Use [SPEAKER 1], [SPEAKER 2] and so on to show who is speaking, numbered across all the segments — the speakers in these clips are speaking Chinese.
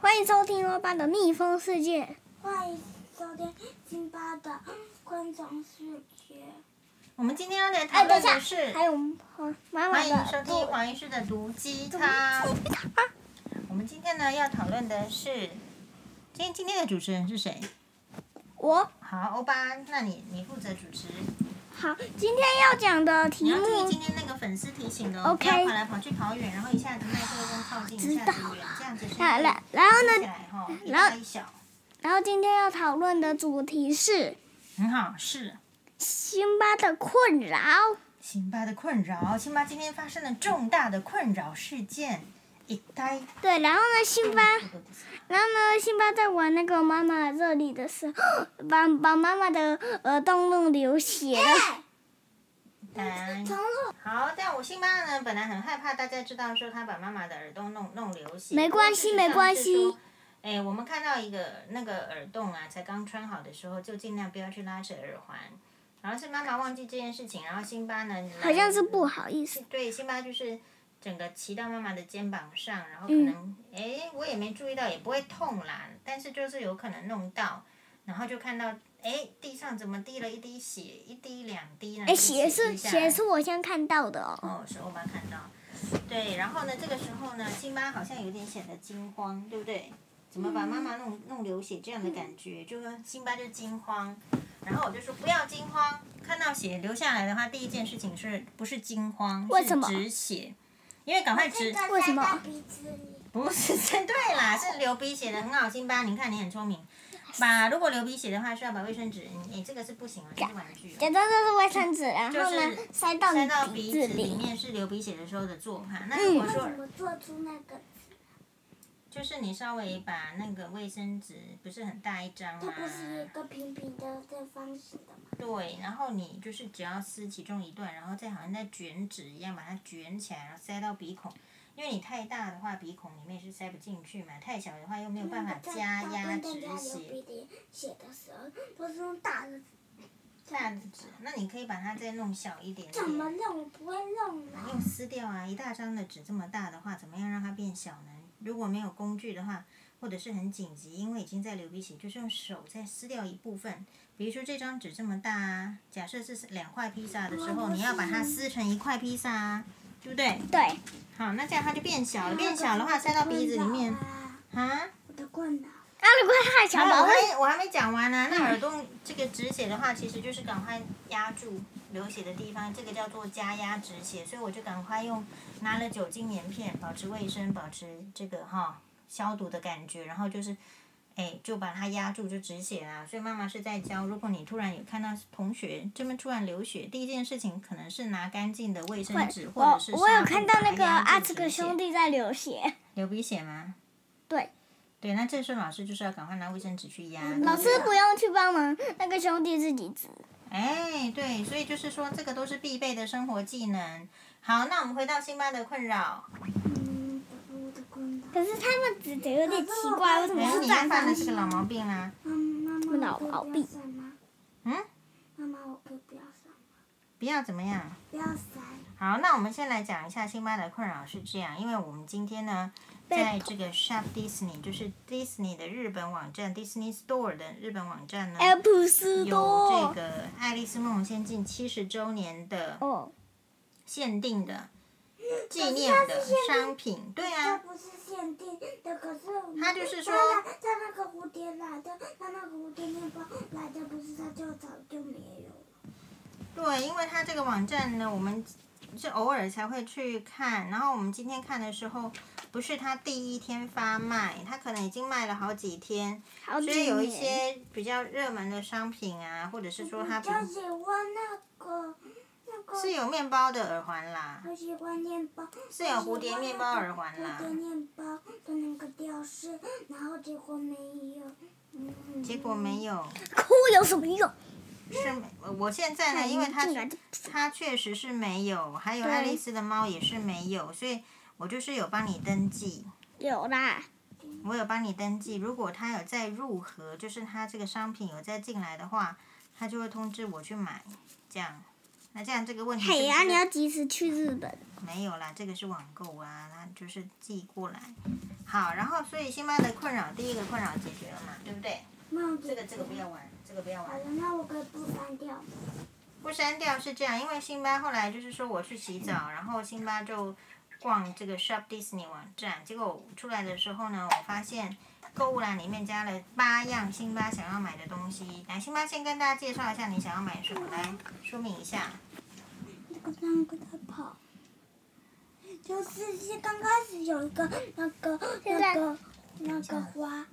[SPEAKER 1] 欢迎收听欧巴的蜜蜂世界。
[SPEAKER 2] 欢迎收听辛巴的昆虫世界。
[SPEAKER 3] 我们今天要
[SPEAKER 1] 哎
[SPEAKER 3] 来讨论的是，
[SPEAKER 1] 还有黄妈妈
[SPEAKER 3] 欢迎
[SPEAKER 1] 的
[SPEAKER 3] 收听黄医师的毒鸡汤。我们今天呢要讨论的是，今天今天的主持人是谁？
[SPEAKER 1] 我
[SPEAKER 3] 好，欧巴，那你你负责主持，
[SPEAKER 1] 好，今天要讲的
[SPEAKER 3] 你
[SPEAKER 1] 题
[SPEAKER 3] 要注意
[SPEAKER 1] 目
[SPEAKER 3] 今天那个粉丝提醒哦
[SPEAKER 1] 嗯 OK
[SPEAKER 3] 不要跑来跑去跑远，然后一下子麦克风靠近，一下
[SPEAKER 1] 知
[SPEAKER 3] 子
[SPEAKER 1] 道
[SPEAKER 3] 远，这样子声音
[SPEAKER 1] 来来，然后
[SPEAKER 3] 听起
[SPEAKER 1] 呢，
[SPEAKER 3] 来哈，一
[SPEAKER 1] 然后
[SPEAKER 3] 大一小，
[SPEAKER 1] 然后今天要讨论的主题是
[SPEAKER 3] 很好，是。
[SPEAKER 1] 辛巴的困扰。
[SPEAKER 3] 辛巴的困扰，辛巴今天发生了重大的困扰事件，一呆。
[SPEAKER 1] 对，然后呢，辛巴，然后呢，辛巴在玩那个妈妈这里的时候， 把把妈妈的耳洞弄流血了。
[SPEAKER 3] 呆
[SPEAKER 2] 重录，
[SPEAKER 3] 好，但我辛巴呢，本来很害怕大家知道说他把妈妈的耳洞弄弄流血，
[SPEAKER 1] 没关系
[SPEAKER 3] 不过事实上
[SPEAKER 1] 没关系
[SPEAKER 3] 是说。哎，我们看到一个那个耳洞啊，才刚穿好的时候，就尽量不要去拉扯耳环。然后是妈妈忘记这件事情，然后辛巴呢，
[SPEAKER 1] 好像是不好意思，
[SPEAKER 3] 对，辛巴就是整个骑到妈妈的肩膀上，然后可
[SPEAKER 1] 嗯
[SPEAKER 3] 能诶，我也没注意到，也不会痛啦，但是就是有可能弄到，然后就看到诶，地上怎么滴了一滴血，一滴两滴呢？
[SPEAKER 1] 哎，血是
[SPEAKER 3] 滴下来
[SPEAKER 1] 血是我先看到的哦。
[SPEAKER 3] 哦，是欧巴看到。对，然后呢，这个时候呢，辛巴好像有点显得惊慌，对不对？怎么把妈妈弄
[SPEAKER 1] 嗯
[SPEAKER 3] 弄流血这样的感觉，就说辛巴就惊慌。然后我就说不要惊慌，看到血流下来的话，第一件事情是不是惊慌？
[SPEAKER 1] 为
[SPEAKER 3] 是
[SPEAKER 1] 什么
[SPEAKER 3] 止血，因为赶快止，
[SPEAKER 2] 这个
[SPEAKER 1] 为什么
[SPEAKER 2] 塞在鼻子里。
[SPEAKER 3] 不是针对啦，是流鼻血的，很好，辛巴，你看你很 聪明。把如果流鼻血的话，需要把卫生纸，你、你这个是不行了，这是玩具哦。
[SPEAKER 1] 假装这是卫生纸，然后呢
[SPEAKER 3] 就是
[SPEAKER 1] 塞到
[SPEAKER 3] 塞
[SPEAKER 1] 你
[SPEAKER 3] 到
[SPEAKER 1] 鼻
[SPEAKER 3] 鼻
[SPEAKER 1] 子
[SPEAKER 3] 子里
[SPEAKER 1] 里。嗯
[SPEAKER 3] 面是流鼻血的时候的做法。那如果
[SPEAKER 2] 为
[SPEAKER 3] 说
[SPEAKER 2] 什么做出那个？
[SPEAKER 3] 就是你稍微把那个卫生纸不是很大一张
[SPEAKER 2] 它
[SPEAKER 3] 吗？
[SPEAKER 2] 不是一个平平的正方形的吗？
[SPEAKER 3] 对，然后你就是只要撕其中一段，然后再好像在卷纸一样把它卷起来，然后塞到鼻孔。因为你太大的话，鼻孔里面是塞不进去嘛；太小的话又没有办法
[SPEAKER 2] 在
[SPEAKER 3] 加
[SPEAKER 2] 大
[SPEAKER 3] 压
[SPEAKER 2] 笨
[SPEAKER 3] 止
[SPEAKER 2] 蛋家流
[SPEAKER 3] 血。
[SPEAKER 2] 鼻涕血的时候，都是用大的，
[SPEAKER 3] 大的纸，那你可以把它再弄小一点
[SPEAKER 2] 怎么
[SPEAKER 3] 点，
[SPEAKER 2] 弄不会弄啦？
[SPEAKER 3] 用撕掉啊！一大张的纸这么大的话，怎么样让它变小呢？如果没有工具的话，或者是很紧急，因为已经在流鼻血，就是用手再撕掉一部分。比如说这张纸这么大啊，假设是两块披萨的时候，你要把它撕成一块披萨啊，对不对？
[SPEAKER 1] 对，啊
[SPEAKER 3] 好，那这样它就变小了，变小的话塞到鼻子里面啊。
[SPEAKER 2] 我的困扰啊。
[SPEAKER 1] 啊，如果太小
[SPEAKER 3] 然后
[SPEAKER 1] 宝
[SPEAKER 3] 我
[SPEAKER 1] 会，嗯
[SPEAKER 3] 还我还没讲完呢、那耳洞这个止血的话，其实就是赶快压住流血的地方，这个叫做加压止血。所以我就赶快用拿了酒精棉片，保持卫生，保持这个哈消毒的感觉，然后就是。哎，就把它压住，就止血啦。所以妈妈是在教，如果你突然有看到同学这边突然流血，第一件事情可能是拿干净的卫生纸或
[SPEAKER 1] 我
[SPEAKER 3] 者是
[SPEAKER 1] 我有
[SPEAKER 3] 纱布
[SPEAKER 1] 看到那
[SPEAKER 3] 把它
[SPEAKER 1] 个
[SPEAKER 3] 压住
[SPEAKER 1] 阿
[SPEAKER 3] 止
[SPEAKER 1] 兹克
[SPEAKER 3] 血
[SPEAKER 1] 兄弟在流血，
[SPEAKER 3] 流鼻血吗？
[SPEAKER 1] 对。
[SPEAKER 3] 对，那这时候老师就是要赶快拿卫生纸去压。
[SPEAKER 1] 老师不用去帮忙，那个兄弟自己治。
[SPEAKER 3] 哎，对，所以就是说，这个都是必备的生活技能。好，那我们回到辛巴的困扰。
[SPEAKER 2] 嗯，我的困扰。
[SPEAKER 1] 可是他们指的有点奇怪，为什么
[SPEAKER 3] 哎，
[SPEAKER 1] 是
[SPEAKER 3] 你
[SPEAKER 1] 长
[SPEAKER 3] 又
[SPEAKER 1] 方
[SPEAKER 3] 犯了这
[SPEAKER 1] 形？
[SPEAKER 3] 个老毛病啦、
[SPEAKER 2] 妈妈，妈妈，
[SPEAKER 1] 老
[SPEAKER 2] 我可以
[SPEAKER 1] 毛
[SPEAKER 2] 不要
[SPEAKER 1] 病
[SPEAKER 2] 删吗？
[SPEAKER 3] 嗯，
[SPEAKER 2] 妈妈，我可以不要删，
[SPEAKER 3] 不要怎么样。
[SPEAKER 2] 不要删。
[SPEAKER 3] 好，那我们先来讲一下辛巴的困扰是这样，因为我们今天呢，
[SPEAKER 1] 被
[SPEAKER 3] 在这个 Shop Disney，就是 Disney 的日本网站 Disney Store 的日本网站呢，
[SPEAKER 1] 哎，普斯
[SPEAKER 3] 有这
[SPEAKER 1] 多。
[SPEAKER 3] 个《爱丽丝梦仙境》七十周年的
[SPEAKER 1] 哦，
[SPEAKER 3] 限定的、纪念的商品，对
[SPEAKER 2] 它
[SPEAKER 3] 啊，
[SPEAKER 2] 不是限定的，可是我们
[SPEAKER 3] 他就是说，
[SPEAKER 2] 它那它那个蝴蝶来的，它那个蝴蝶面包来的，不是它就早就没有了。
[SPEAKER 3] 对，因为它这个网站呢，我们是偶尔才会去看，然后我们今天看的时候，不是它第一天发卖，它可能已经卖了好几天，
[SPEAKER 1] 好
[SPEAKER 3] 所
[SPEAKER 1] 几
[SPEAKER 3] 以有一
[SPEAKER 1] 年。嗯
[SPEAKER 3] 些比较热门的商品啊，或者是说它
[SPEAKER 2] 我
[SPEAKER 3] 比
[SPEAKER 2] 就喜欢那个那个，
[SPEAKER 3] 是有面包的耳环啦，
[SPEAKER 2] 我喜欢面包，
[SPEAKER 3] 是有蝴蝶面包耳环
[SPEAKER 2] 蝴
[SPEAKER 3] 啦
[SPEAKER 2] 蝶面包的那个吊饰，然后结果没有，嗯，
[SPEAKER 3] 结果没有，
[SPEAKER 1] 哭有什么用？
[SPEAKER 3] 是没我现在呢，因为它
[SPEAKER 1] 进来就
[SPEAKER 3] 它确实是没有，还有
[SPEAKER 1] 啊对
[SPEAKER 3] 爱丽丝的猫也是没有，所以我就是有帮你登记，
[SPEAKER 1] 有啦。
[SPEAKER 3] 我有帮你登记。如果它有再入盒，就是它这个商品有再进来的话，它就会通知我去买，这样。那这样这个问题是不
[SPEAKER 1] 嘿啊呀，
[SPEAKER 3] 是
[SPEAKER 1] 你要及时去日本。
[SPEAKER 3] 没有啦，这个是网购啊，它就是寄过来。好，然后所以辛巴的困扰，第一个困扰解决了嘛，对不对？
[SPEAKER 2] 帽子
[SPEAKER 3] 这个这个不要玩，这个不要
[SPEAKER 2] 好
[SPEAKER 3] 玩。
[SPEAKER 2] 了，那我可以不删掉吗。
[SPEAKER 3] 不删掉是这样，因为辛巴后来就是说我去洗澡，然后辛巴就逛这个 Shop Disney 网站，结果我出来的时候呢，我发现购物栏里面加了八样辛巴想要买的东西。来，辛巴先跟大家介绍一下你想要买什么，来说明一下。
[SPEAKER 2] 那个那个在跑，就是是刚开始有一个那个
[SPEAKER 1] 现在
[SPEAKER 2] 那个那个花，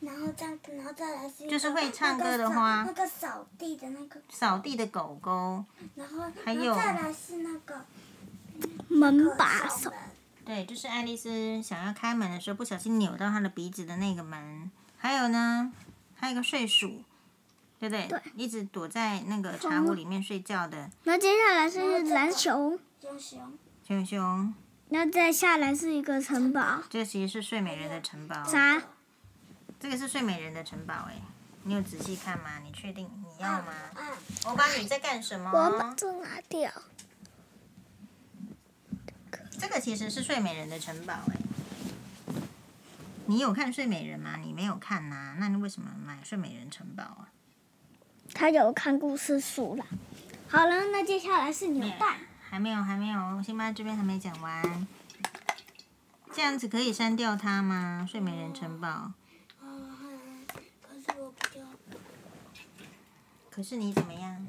[SPEAKER 2] 然后再然后再来是一个
[SPEAKER 3] 就是会唱歌的花
[SPEAKER 2] 那个扫那个扫地的那个，
[SPEAKER 3] 扫地的狗狗，
[SPEAKER 2] 然后
[SPEAKER 3] 还有
[SPEAKER 2] 然后再来是那个
[SPEAKER 1] 门把手
[SPEAKER 2] 扫，门
[SPEAKER 3] 对，就是爱丽丝想要开门的时候不小心扭到她的鼻子的那个门。还有呢，还有一个睡鼠，对不对？
[SPEAKER 1] 对
[SPEAKER 3] 一直躲在那个茶壶里面睡觉的
[SPEAKER 1] 然后接下来是篮球，
[SPEAKER 2] 熊熊，
[SPEAKER 3] 熊熊，
[SPEAKER 1] 然后再下来是一个城堡，
[SPEAKER 3] 这其实是睡美人的城堡。
[SPEAKER 1] 啥？
[SPEAKER 3] 这个是睡美人的城堡哎，你有仔细看吗？你确定你要吗？
[SPEAKER 2] 啊，
[SPEAKER 3] 我把你在干什么？
[SPEAKER 1] 我把这拿掉。
[SPEAKER 3] 这个其实是睡美人的城堡哎。你有看睡美人吗？你没有看呐、那你为什么买睡美人城堡啊？
[SPEAKER 1] 他有看故事书了。好了，那接下来是扭蛋，
[SPEAKER 3] 还没有，还没有，辛巴这边还没讲完。这样子可以删掉它吗？睡美人城堡。
[SPEAKER 2] 嗯，可是我不要，
[SPEAKER 3] 可是你怎么样？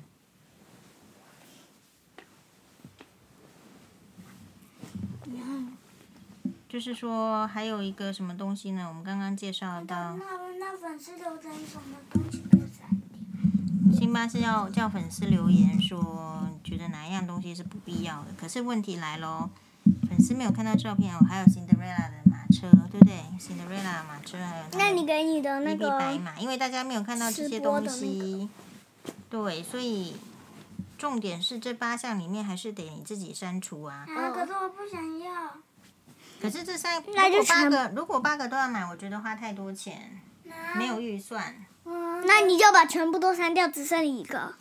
[SPEAKER 2] 你看，
[SPEAKER 3] 就是说还有一个什么东西呢？我们刚刚介绍
[SPEAKER 2] 那
[SPEAKER 3] 到，
[SPEAKER 2] 那粉丝留着有什么东西可以删掉？
[SPEAKER 3] 辛巴是要叫粉丝留言说觉得哪一样东西是不必要的。可是问题来喽，粉丝没有看到照片哦，还有 Cinderella 的马车，对不对？Cinderella 马车还有它的
[SPEAKER 1] 那你给你的那
[SPEAKER 3] 一匹嗯白
[SPEAKER 1] 个
[SPEAKER 3] 马，因为大家没有看到这些东西，对，所以重点是这八项里面还是得你自己删除啊。
[SPEAKER 1] 嗯
[SPEAKER 2] 啊，可是我不想要，
[SPEAKER 3] 可是这三如
[SPEAKER 1] 那就
[SPEAKER 3] 果八
[SPEAKER 1] 全
[SPEAKER 3] 个，如果八个都要买，我觉得花太多钱，
[SPEAKER 1] 啊
[SPEAKER 2] 那
[SPEAKER 3] 没有预算。
[SPEAKER 2] 嗯
[SPEAKER 1] 那你就把全部都删掉，只剩一 个。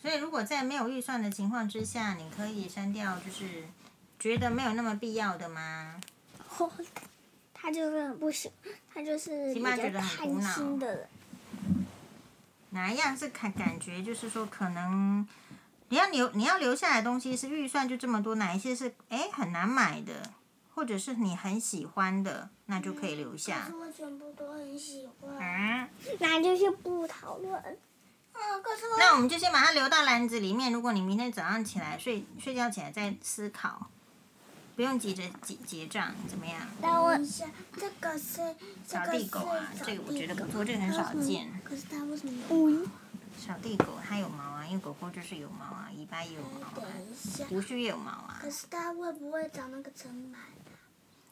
[SPEAKER 3] 所以如果在没有预算的情况之下，你可以删掉，就是觉得没有那么必要的吗？
[SPEAKER 1] 他就是很不喜，他就是比
[SPEAKER 3] 起
[SPEAKER 1] 较
[SPEAKER 3] 码觉得很苦
[SPEAKER 1] 贪
[SPEAKER 3] 恼
[SPEAKER 1] 心的人。
[SPEAKER 3] 哪一样是感感觉就是说可能你要留你要留下来的东西是预算就这么多，哪一些是诶很难买的，或者是你很喜欢的，那就可以留
[SPEAKER 2] 可
[SPEAKER 3] 下
[SPEAKER 2] 是。我全部都很喜欢。
[SPEAKER 3] 嗯，
[SPEAKER 1] 那就是不讨论。
[SPEAKER 2] 嗯，可是我
[SPEAKER 3] 那我们就先把它留到篮子里面。如果你明天早上起来睡睡觉起来再思考，不用急着结结账，怎么样？
[SPEAKER 1] 但我
[SPEAKER 2] 等一下，这个是这
[SPEAKER 3] 扫
[SPEAKER 2] 个
[SPEAKER 3] 地
[SPEAKER 2] 是
[SPEAKER 3] 狗啊，这个我觉得不错，这个
[SPEAKER 2] 很
[SPEAKER 3] 很少见。。
[SPEAKER 2] 哦可是它为什么？
[SPEAKER 1] 嗯，
[SPEAKER 3] 扫地狗它有毛啊，因为狗狗就是有毛啊，尾巴也有毛啊，
[SPEAKER 2] 等一下，
[SPEAKER 3] 胡须也有毛啊
[SPEAKER 2] 可。是它会不会长那个尘螨？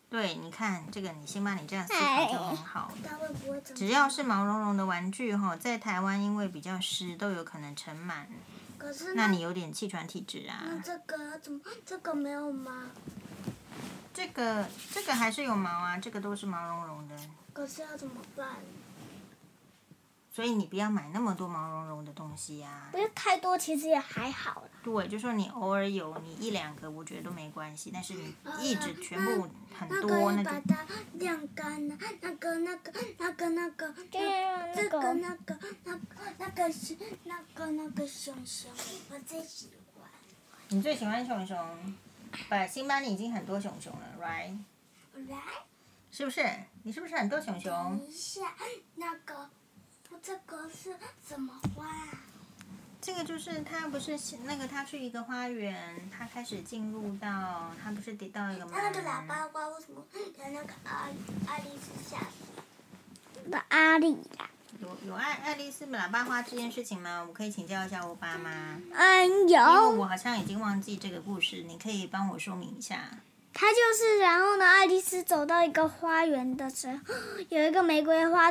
[SPEAKER 3] 对，你看这个，你先把你这样思考
[SPEAKER 2] 哎
[SPEAKER 3] 就很好了。
[SPEAKER 2] 它会不会长？
[SPEAKER 3] 只要是毛茸茸的玩具哈，在台湾因为比较湿，都有可能尘螨。
[SPEAKER 2] 嗯可是
[SPEAKER 3] 那你有点气喘体质
[SPEAKER 2] 那
[SPEAKER 3] 啊。
[SPEAKER 2] 这个要怎么？这个没有吗？
[SPEAKER 3] 这个这个还是有毛啊，这个都是毛茸茸的。
[SPEAKER 2] 可是要怎么办？
[SPEAKER 3] 所以你不要买那么多毛茸茸的东西呀、
[SPEAKER 1] 不是太多，其实也还好啦。
[SPEAKER 3] 对，就说你偶尔有你一两个，我觉得都没关系。但是你一直全部很
[SPEAKER 2] 嗯那
[SPEAKER 3] 多，
[SPEAKER 2] 可
[SPEAKER 3] 那
[SPEAKER 2] 以
[SPEAKER 3] 就
[SPEAKER 2] 把它晾干了。那个、那个、那个、那个、
[SPEAKER 1] 就是让
[SPEAKER 2] 这
[SPEAKER 1] 那
[SPEAKER 2] 个、
[SPEAKER 1] 个
[SPEAKER 2] 那个、那个、那个是那个、那个熊熊，我最喜欢。
[SPEAKER 3] 你最喜欢熊熊。把辛巴你已经很多熊熊了，right？
[SPEAKER 2] 来，
[SPEAKER 3] 是不是？你是不是很多熊熊
[SPEAKER 2] 等？一下，那个，这个是什么花啊？
[SPEAKER 3] 这个就是他不是那个他去一个花园，他开始进入到他不是跌到一个门，
[SPEAKER 2] 那那个喇叭花为什么跟那个阿阿丽丝下？
[SPEAKER 1] 的阿丽呀，
[SPEAKER 3] 有有爱爱丽丝喇叭花这件事情吗？我可以请教一下欧巴吗？
[SPEAKER 1] 嗯，
[SPEAKER 3] 因为
[SPEAKER 1] 有。
[SPEAKER 3] 我好像已经忘记这个故事，你可以帮我说明一下。
[SPEAKER 1] 他就是，然后呢，爱丽丝走到一个花园的时候， 有一个玫瑰花，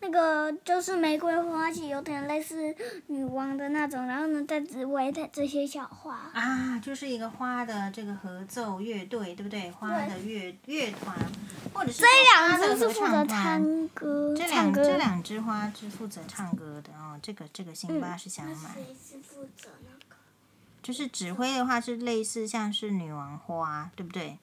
[SPEAKER 1] 那个就是玫瑰花，其实有点类似女王的那种，然后呢，再只围的这些小花。
[SPEAKER 3] 啊，就是一个花的这个合奏乐队，对不对？花的乐乐团，或者是
[SPEAKER 1] 这两
[SPEAKER 3] 花的
[SPEAKER 1] 只是
[SPEAKER 3] 合
[SPEAKER 1] 负
[SPEAKER 3] 唱
[SPEAKER 1] 责
[SPEAKER 3] 团。
[SPEAKER 1] 唱啊歌，
[SPEAKER 3] 这
[SPEAKER 1] 唱
[SPEAKER 3] 两
[SPEAKER 1] 歌。
[SPEAKER 3] 这两只花是负责唱歌的哦，这个这个辛
[SPEAKER 1] 嗯
[SPEAKER 3] 巴是想
[SPEAKER 2] 那
[SPEAKER 3] 买，
[SPEAKER 2] 谁是负责那个？
[SPEAKER 3] 就是指挥的话是类似像是女王花，对不对？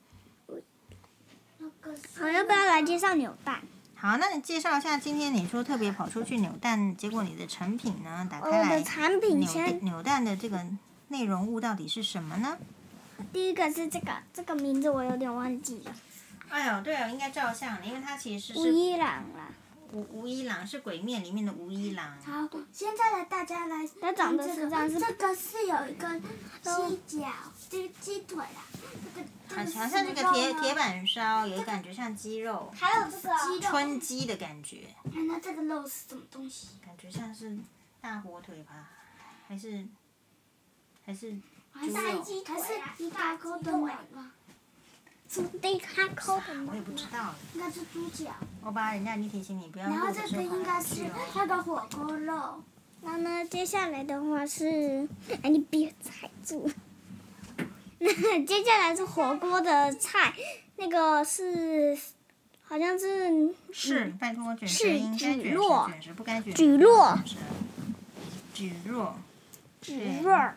[SPEAKER 2] 那个可是
[SPEAKER 1] 好，要不要来介绍扭蛋？
[SPEAKER 3] 好，那你介绍一下今天你说特别跑出去扭蛋，结果你的成品呢？打
[SPEAKER 1] 哦我
[SPEAKER 3] 开来
[SPEAKER 1] 的，产品
[SPEAKER 3] 扭蛋
[SPEAKER 1] 先，
[SPEAKER 3] 扭蛋的这个内容物到底是什么呢？
[SPEAKER 1] 第一个是这个，这个名字我有点忘记了，
[SPEAKER 3] 哎呦，对哦，应该照相，因为它其实
[SPEAKER 1] 无
[SPEAKER 3] 是
[SPEAKER 1] 伊朗啦，
[SPEAKER 3] 吴吴一郎，是《鬼面》里面的吴一郎。
[SPEAKER 2] 好，现在来大家来听
[SPEAKER 1] 它长得
[SPEAKER 2] 这
[SPEAKER 1] 是
[SPEAKER 2] 个
[SPEAKER 1] 这样是
[SPEAKER 2] 这个是有一个鸡脚，鸡鸡腿啦，这个这
[SPEAKER 3] 好
[SPEAKER 2] 个
[SPEAKER 3] 像好
[SPEAKER 2] 是
[SPEAKER 3] 像
[SPEAKER 2] 什
[SPEAKER 3] 这
[SPEAKER 2] 么
[SPEAKER 3] 个铁
[SPEAKER 2] 肉呢
[SPEAKER 3] 铁板烧，有感觉像鸡肉，
[SPEAKER 2] 还有这个鸡肉，
[SPEAKER 3] 春鸡的感觉，
[SPEAKER 2] 哎那这个肉是什么东西？
[SPEAKER 3] 感觉像是大火腿吧，还是还是
[SPEAKER 2] 还
[SPEAKER 3] 猪肉
[SPEAKER 2] 是还是你打勾的尾吗？
[SPEAKER 1] 是 d 卡扣的
[SPEAKER 3] 我
[SPEAKER 1] 吗
[SPEAKER 3] 也？不知道。
[SPEAKER 2] 应该是猪脚，
[SPEAKER 3] 欧巴，人家已经提醒你不要
[SPEAKER 2] 然后
[SPEAKER 3] 录
[SPEAKER 2] 这
[SPEAKER 3] 的时
[SPEAKER 2] 个
[SPEAKER 3] 候
[SPEAKER 2] 应
[SPEAKER 3] 跑
[SPEAKER 2] 该
[SPEAKER 3] 来
[SPEAKER 2] 是
[SPEAKER 3] 吃哦
[SPEAKER 2] 那个火锅肉，
[SPEAKER 1] 然后呢，接下来的话是，哎，你别踩住。那接下来是火锅的菜，那个是，好像是
[SPEAKER 3] 是，
[SPEAKER 2] 嗯
[SPEAKER 3] 拜托卷舌
[SPEAKER 1] 是
[SPEAKER 3] 应该卷
[SPEAKER 1] 蒟
[SPEAKER 3] 舌，
[SPEAKER 1] 蒻
[SPEAKER 3] 卷舌不该卷舌。
[SPEAKER 1] 蒟蒻
[SPEAKER 3] 蒟蒻，
[SPEAKER 1] 蒟蒻，
[SPEAKER 3] 蒟蒻，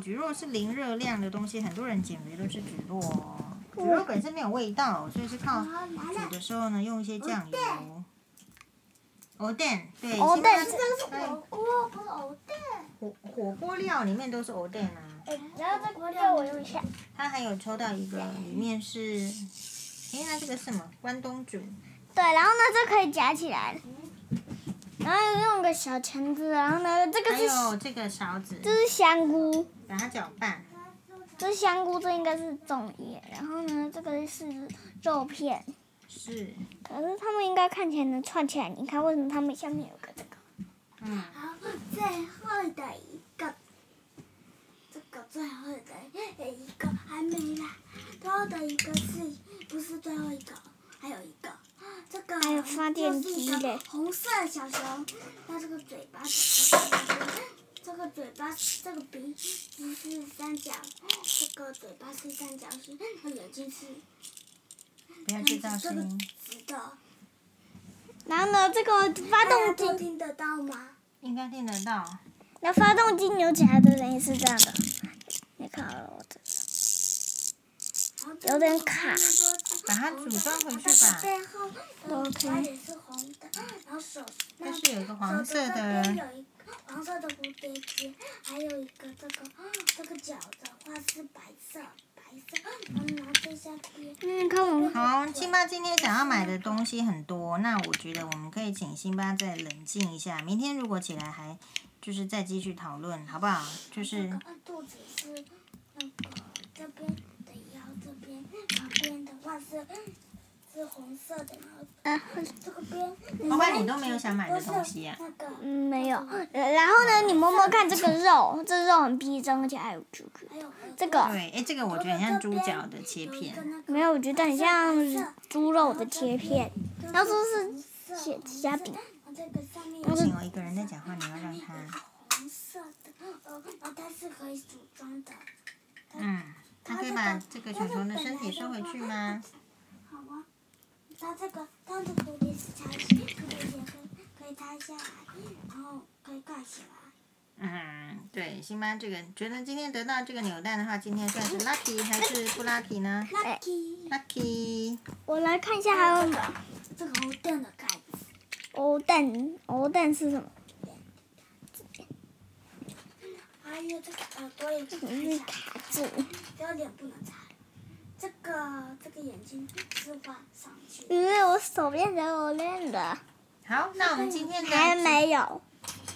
[SPEAKER 3] 蒟蒻是零热量的东西，很多人减肥都吃蒟蒻哦。蒟蒻本身没有味道，所以是靠
[SPEAKER 2] 然后来
[SPEAKER 3] 煮
[SPEAKER 2] 了，
[SPEAKER 3] 的时候呢，用一些酱油。
[SPEAKER 2] 哦
[SPEAKER 3] 藕蛋，对，
[SPEAKER 1] 藕
[SPEAKER 3] 现在
[SPEAKER 1] 蛋
[SPEAKER 3] 是
[SPEAKER 1] 这
[SPEAKER 2] 这个是火锅，不是藕蛋。
[SPEAKER 3] 火火锅料里面都是藕蛋啊。
[SPEAKER 2] 然后这个让我用一下。
[SPEAKER 3] 他还有抽到一个，里面是，诶，那这个是什么？关东煮。
[SPEAKER 1] 对，然后呢，这可以夹起来，然后用个小钳子，然后呢，这个
[SPEAKER 3] 还
[SPEAKER 1] 是
[SPEAKER 3] 有这个勺子，
[SPEAKER 1] 这是香菇，
[SPEAKER 3] 把它搅拌。
[SPEAKER 1] 这是香菇，这应该是粽叶，然后呢，这个是肉片，
[SPEAKER 3] 是，
[SPEAKER 1] 可是他们应该看起来能串起来，你看为什么他们下面有个这个？
[SPEAKER 3] 嗯，
[SPEAKER 2] 好，最后的一个，这个最后的一个还没啦，最后的一个是不是最后一个？还有一个，这个
[SPEAKER 1] 还有发电
[SPEAKER 2] 就是
[SPEAKER 1] 机
[SPEAKER 2] 一个
[SPEAKER 1] 嘞
[SPEAKER 2] 红色小熊，它这个嘴巴是三角形，这个嘴巴是这个鼻子是三角，这个嘴巴是三角形，它眼睛是
[SPEAKER 3] 不要制造声音，
[SPEAKER 2] 直的。
[SPEAKER 1] 然后呢，这个发动
[SPEAKER 2] 大家都
[SPEAKER 1] 机，
[SPEAKER 2] 听得到吗？
[SPEAKER 3] 应该听得到。
[SPEAKER 1] 那发动机扭起来的人也是这样的，你看好了，我这有点卡
[SPEAKER 3] 把它组装回去吧
[SPEAKER 2] 背后的嘴巴也是红的，然后手
[SPEAKER 3] 但
[SPEAKER 2] 那
[SPEAKER 3] 是有一个黄色
[SPEAKER 2] 手
[SPEAKER 3] 的
[SPEAKER 2] 这边有一个黄色的蝴蝶结，还有一个这个这个角的话是白色，白色，然后拿最下边。
[SPEAKER 1] 嗯，看我们
[SPEAKER 3] 好，辛巴今天想要买的东西很多，那我觉得我们可以请辛巴再冷静一下，明天如果起来还就是再继续讨论，好不好？就是
[SPEAKER 2] 这个肚子是那个这边的腰这边，旁边的话是是红色的，然后
[SPEAKER 1] 呃，
[SPEAKER 2] 这个边
[SPEAKER 3] 老板你都没有想买的东西呀、
[SPEAKER 2] 那个
[SPEAKER 1] 嗯，没有。呃然后呢，你摸摸看这个肉，这肉很逼真，而且还有猪骨。
[SPEAKER 2] 还有个
[SPEAKER 1] 这个
[SPEAKER 3] 对，哎，这个我觉得很像猪脚的切片，
[SPEAKER 1] 没有，我觉得很像猪肉的切片。
[SPEAKER 2] 然
[SPEAKER 1] 然
[SPEAKER 2] 后
[SPEAKER 1] 后
[SPEAKER 2] 这
[SPEAKER 1] 这
[SPEAKER 2] 个是
[SPEAKER 1] 是虾虾饼，
[SPEAKER 2] 这个上面
[SPEAKER 3] 不
[SPEAKER 2] 有
[SPEAKER 3] 行哦，一个人在讲话，你要让他，
[SPEAKER 2] 呃红色的，呃，呃它是可以组装的。
[SPEAKER 3] 嗯，他可以把这个熊熊的身体收回去吗？
[SPEAKER 2] 好啊，它这个它的蝴蝶是拆起，蝴蝶结可以可以拆下来，然后可以盖起来。
[SPEAKER 3] 嗯，对，辛巴这个觉得今天得到这个扭蛋的话，今天算是 lucky 还是不 lucky 呢
[SPEAKER 1] 哎
[SPEAKER 2] Lucky，
[SPEAKER 3] ？lucky，
[SPEAKER 1] 我来看一下还有
[SPEAKER 2] 这个红蛋的盖子，
[SPEAKER 1] 藕蛋，藕蛋是什么？
[SPEAKER 2] 还有哎这个耳朵也是
[SPEAKER 1] 你
[SPEAKER 2] 拆
[SPEAKER 1] 是
[SPEAKER 2] 下来，
[SPEAKER 1] 卡住。
[SPEAKER 2] 只有脸不能拆。这个这个眼睛是画上去的。
[SPEAKER 1] 因为嗯我手变成藕蛋了，
[SPEAKER 3] 好，那我们今天的
[SPEAKER 1] 还没有，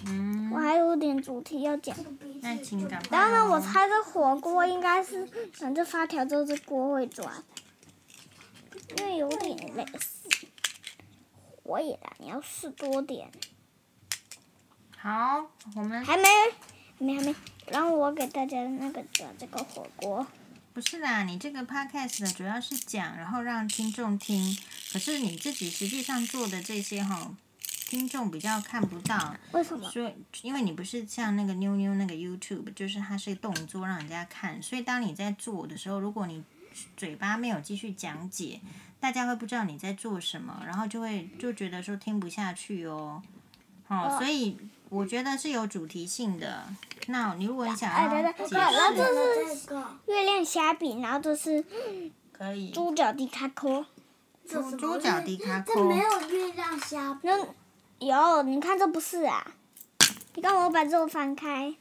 [SPEAKER 3] 嗯
[SPEAKER 1] 我。还有点主题要讲
[SPEAKER 2] 这。个鼻
[SPEAKER 3] 那
[SPEAKER 2] 子
[SPEAKER 3] 请
[SPEAKER 2] 就
[SPEAKER 3] 赶快
[SPEAKER 1] 然后呢，我猜这火锅应该是，反正发条都是锅会抓的，因为有点类似。我也啦，你要试多点。
[SPEAKER 3] 好，我们
[SPEAKER 1] 还没，还没还没。然后我给大家那个讲这个火锅，
[SPEAKER 3] 不是啦，你这个 podcast 呢主要是讲，然后让听众听。可是你自己实际上做的这些哈、听众比较看不到，
[SPEAKER 1] 为什么？
[SPEAKER 3] 所以因为你不是像那个妞妞那个 YouTube，就是它是动作让人家看，所以当你在做的时候，如果你嘴巴没有继续讲解，大家会不知道你在做什么，然后就会就觉得说听不下去哦。哦，
[SPEAKER 1] 哦
[SPEAKER 3] 所以我觉得是有主题性的。那你如果你想
[SPEAKER 1] 哎等
[SPEAKER 3] 要
[SPEAKER 1] 等
[SPEAKER 3] 解释，
[SPEAKER 1] 然后这
[SPEAKER 2] 这个
[SPEAKER 1] 月亮虾饼，然后这是
[SPEAKER 3] 可以。
[SPEAKER 1] 猪脚的卡扣，
[SPEAKER 2] 这什么
[SPEAKER 3] 猪脚迪卡
[SPEAKER 2] 这
[SPEAKER 3] 扣
[SPEAKER 2] 没有月亮啊虾
[SPEAKER 1] 那有，你看这不是啊？你看我把这个翻开，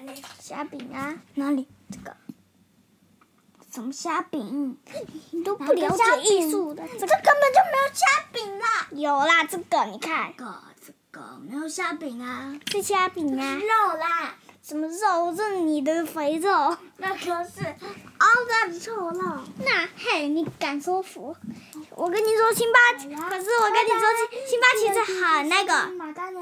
[SPEAKER 2] 哪里？
[SPEAKER 1] 虾饼啊，哪里？这个什么虾饼？你 都不了
[SPEAKER 2] 哪
[SPEAKER 1] 解
[SPEAKER 2] 个虾饼
[SPEAKER 1] 艺术的，这个根本就没有虾饼啦。有啦，这个你看，
[SPEAKER 2] 这个这个没有虾饼啊，
[SPEAKER 1] 是虾饼啊，
[SPEAKER 2] 肉啦，
[SPEAKER 1] 什么肉？这是你的肥肉。
[SPEAKER 2] 那可是熬的臭肉。
[SPEAKER 1] 那嘿，你敢说啊服？我跟你说，辛巴，
[SPEAKER 2] 好啦
[SPEAKER 1] 可是我跟你说，辛辛巴其实很那个。
[SPEAKER 2] 马丹的